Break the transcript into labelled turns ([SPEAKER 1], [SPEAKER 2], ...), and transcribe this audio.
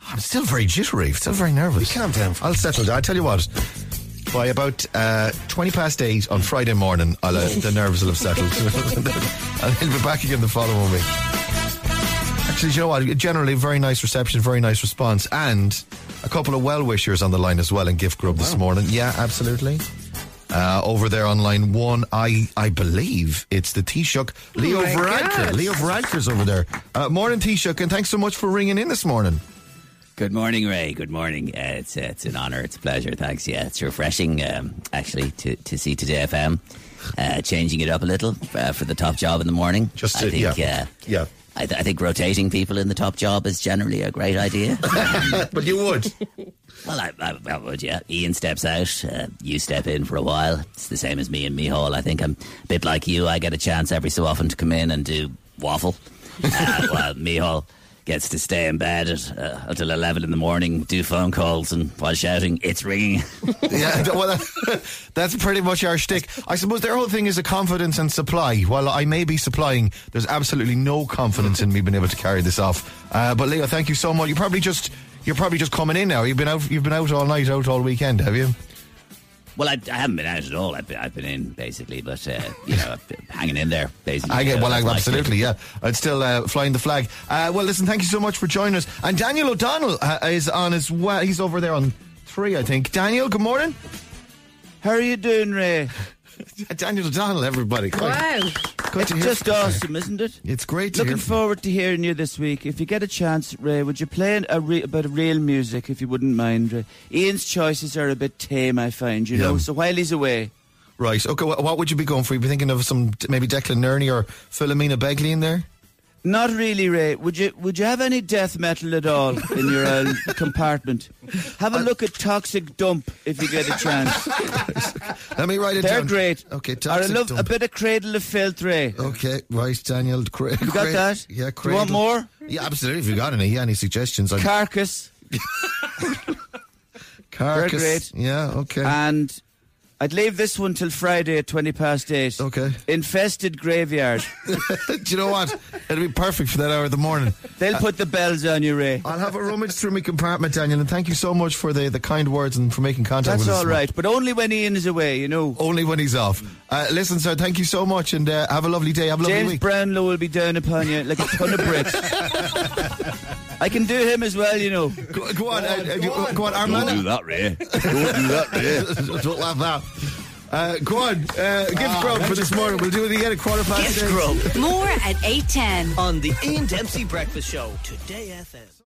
[SPEAKER 1] I'm still very jittery, still very nervous.
[SPEAKER 2] Calm down.
[SPEAKER 1] I'll settle down. I tell you what, by about uh, 20 past 8 on Friday morning, I'll, uh, the nerves will have settled. and he'll be back again the following week. Actually, do you know what? Generally, very nice reception, very nice response, and a couple of well wishers on the line as well in Gift Grub this morning. Yeah, absolutely. Uh, over there on line one, I I believe it's the Taoiseach, Leo
[SPEAKER 3] my
[SPEAKER 1] Varadkar.
[SPEAKER 3] God.
[SPEAKER 1] Leo Varadkar's over there. Uh, morning, Taoiseach, and thanks so much for ringing in this morning.
[SPEAKER 4] Good morning, Ray. Good morning. Uh, it's uh, it's an honour. It's a pleasure. Thanks. Yeah, it's refreshing um, actually to, to see today FM uh, changing it up a little uh, for the top job in the morning.
[SPEAKER 1] Just
[SPEAKER 4] I
[SPEAKER 1] to-
[SPEAKER 4] think,
[SPEAKER 1] yeah.
[SPEAKER 4] uh,
[SPEAKER 1] Yeah.
[SPEAKER 4] I, th- I think rotating people in the top job is generally a great idea.
[SPEAKER 1] But you would.
[SPEAKER 4] well, I, I, I would, yeah. Ian steps out, uh, you step in for a while. It's the same as me and Mihal. I think I'm a bit like you. I get a chance every so often to come in and do waffle, uh, while Mihal gets to stay in bed at, uh, until 11 in the morning, do phone calls, and while shouting, it's ringing.
[SPEAKER 1] Yeah, th- well, that- that's pretty much our shtick. I suppose their whole thing is a confidence and supply. While I may be supplying, there's absolutely no confidence in me being able to carry this off. Uh, but Leo, thank you so much. You're probably just you're probably just coming in now. You've been out you've been out all night, out all weekend, have you?
[SPEAKER 4] Well, I, I haven't been out at all. I've been, I've been in basically, but uh, you know, I've been hanging in there basically.
[SPEAKER 1] I get well,
[SPEAKER 4] Uh,
[SPEAKER 1] I,
[SPEAKER 4] like-
[SPEAKER 1] absolutely, yeah. I'd still uh, flying the flag. Uh, well, listen, thank you so much for joining us. And Daniel O'Donnell uh, is on as well. He's over there on three, I think. Daniel, good morning.
[SPEAKER 5] How are you doing, Ray?
[SPEAKER 1] Daniel O'Donnell, everybody.
[SPEAKER 3] Wow.
[SPEAKER 1] Good to hear
[SPEAKER 5] Just
[SPEAKER 1] from you.
[SPEAKER 5] awesome, isn't it?
[SPEAKER 1] It's great to hear
[SPEAKER 5] Looking
[SPEAKER 1] from you.
[SPEAKER 5] forward to hearing you this week. If you get a chance, Ray, would you play an- a re- a bit of real music, if you wouldn't mind? Ray? Ian's choices are a bit tame, I find, you know.
[SPEAKER 1] Yeah.
[SPEAKER 5] So while he's away,
[SPEAKER 1] Right. Okay. What, what would you be going for? You'd be thinking of some maybe Declan Nerney or Philomena Begley in there.
[SPEAKER 5] not really, Ray. Would you would you have any death metal at all in your own compartment? Have a look at Toxic Dump if you get a chance.
[SPEAKER 1] Let me write it
[SPEAKER 5] They're
[SPEAKER 1] down.
[SPEAKER 5] great.
[SPEAKER 1] Okay.
[SPEAKER 5] Or I
[SPEAKER 1] Toxic
[SPEAKER 5] love a
[SPEAKER 1] Dump.
[SPEAKER 5] bit of Cradle of Filth, Ray.
[SPEAKER 1] Okay. Right, Daniel. Cra- you
[SPEAKER 5] got that?
[SPEAKER 1] Yeah.
[SPEAKER 5] Do you want
[SPEAKER 1] Cradle.
[SPEAKER 5] more?
[SPEAKER 1] Yeah, absolutely. If you got any, yeah, any suggestions? on
[SPEAKER 5] Carcass.
[SPEAKER 1] Carcass.
[SPEAKER 5] they're great. Uh,
[SPEAKER 1] Yeah. Okay.
[SPEAKER 5] And I'd leave this one till Friday at 20 past 8.
[SPEAKER 1] Okay.
[SPEAKER 5] Infested graveyard.
[SPEAKER 1] Do you know what? It'll be perfect for that hour of the morning.
[SPEAKER 5] They'll put the bells on you, Ray.
[SPEAKER 1] I'll have a rummage through my compartment, Daniel, and thank you so much for the, the kind words and for making contact
[SPEAKER 5] That's
[SPEAKER 1] with us.
[SPEAKER 5] all right, but only when Ian is away, you know.
[SPEAKER 1] Only when he's off. Uh, listen, sir, thank you so much and uh, have a lovely day. Have a lovely
[SPEAKER 5] James
[SPEAKER 1] week.
[SPEAKER 5] Brownlow will be down upon you like a ton of bricks. I can do him as well, you know.
[SPEAKER 1] go, go on, uh, uh, go on, our
[SPEAKER 4] Don't
[SPEAKER 1] man-
[SPEAKER 4] do that, Ray. Don't do that, Ray.
[SPEAKER 1] Don't laugh now. Uh, go on, uh, give grub for this morning. We'll do it again at quarter past.
[SPEAKER 6] Gift
[SPEAKER 1] six.
[SPEAKER 6] Grub
[SPEAKER 7] More at 810.
[SPEAKER 6] on the Ian Dempsey Breakfast Show, Today FM.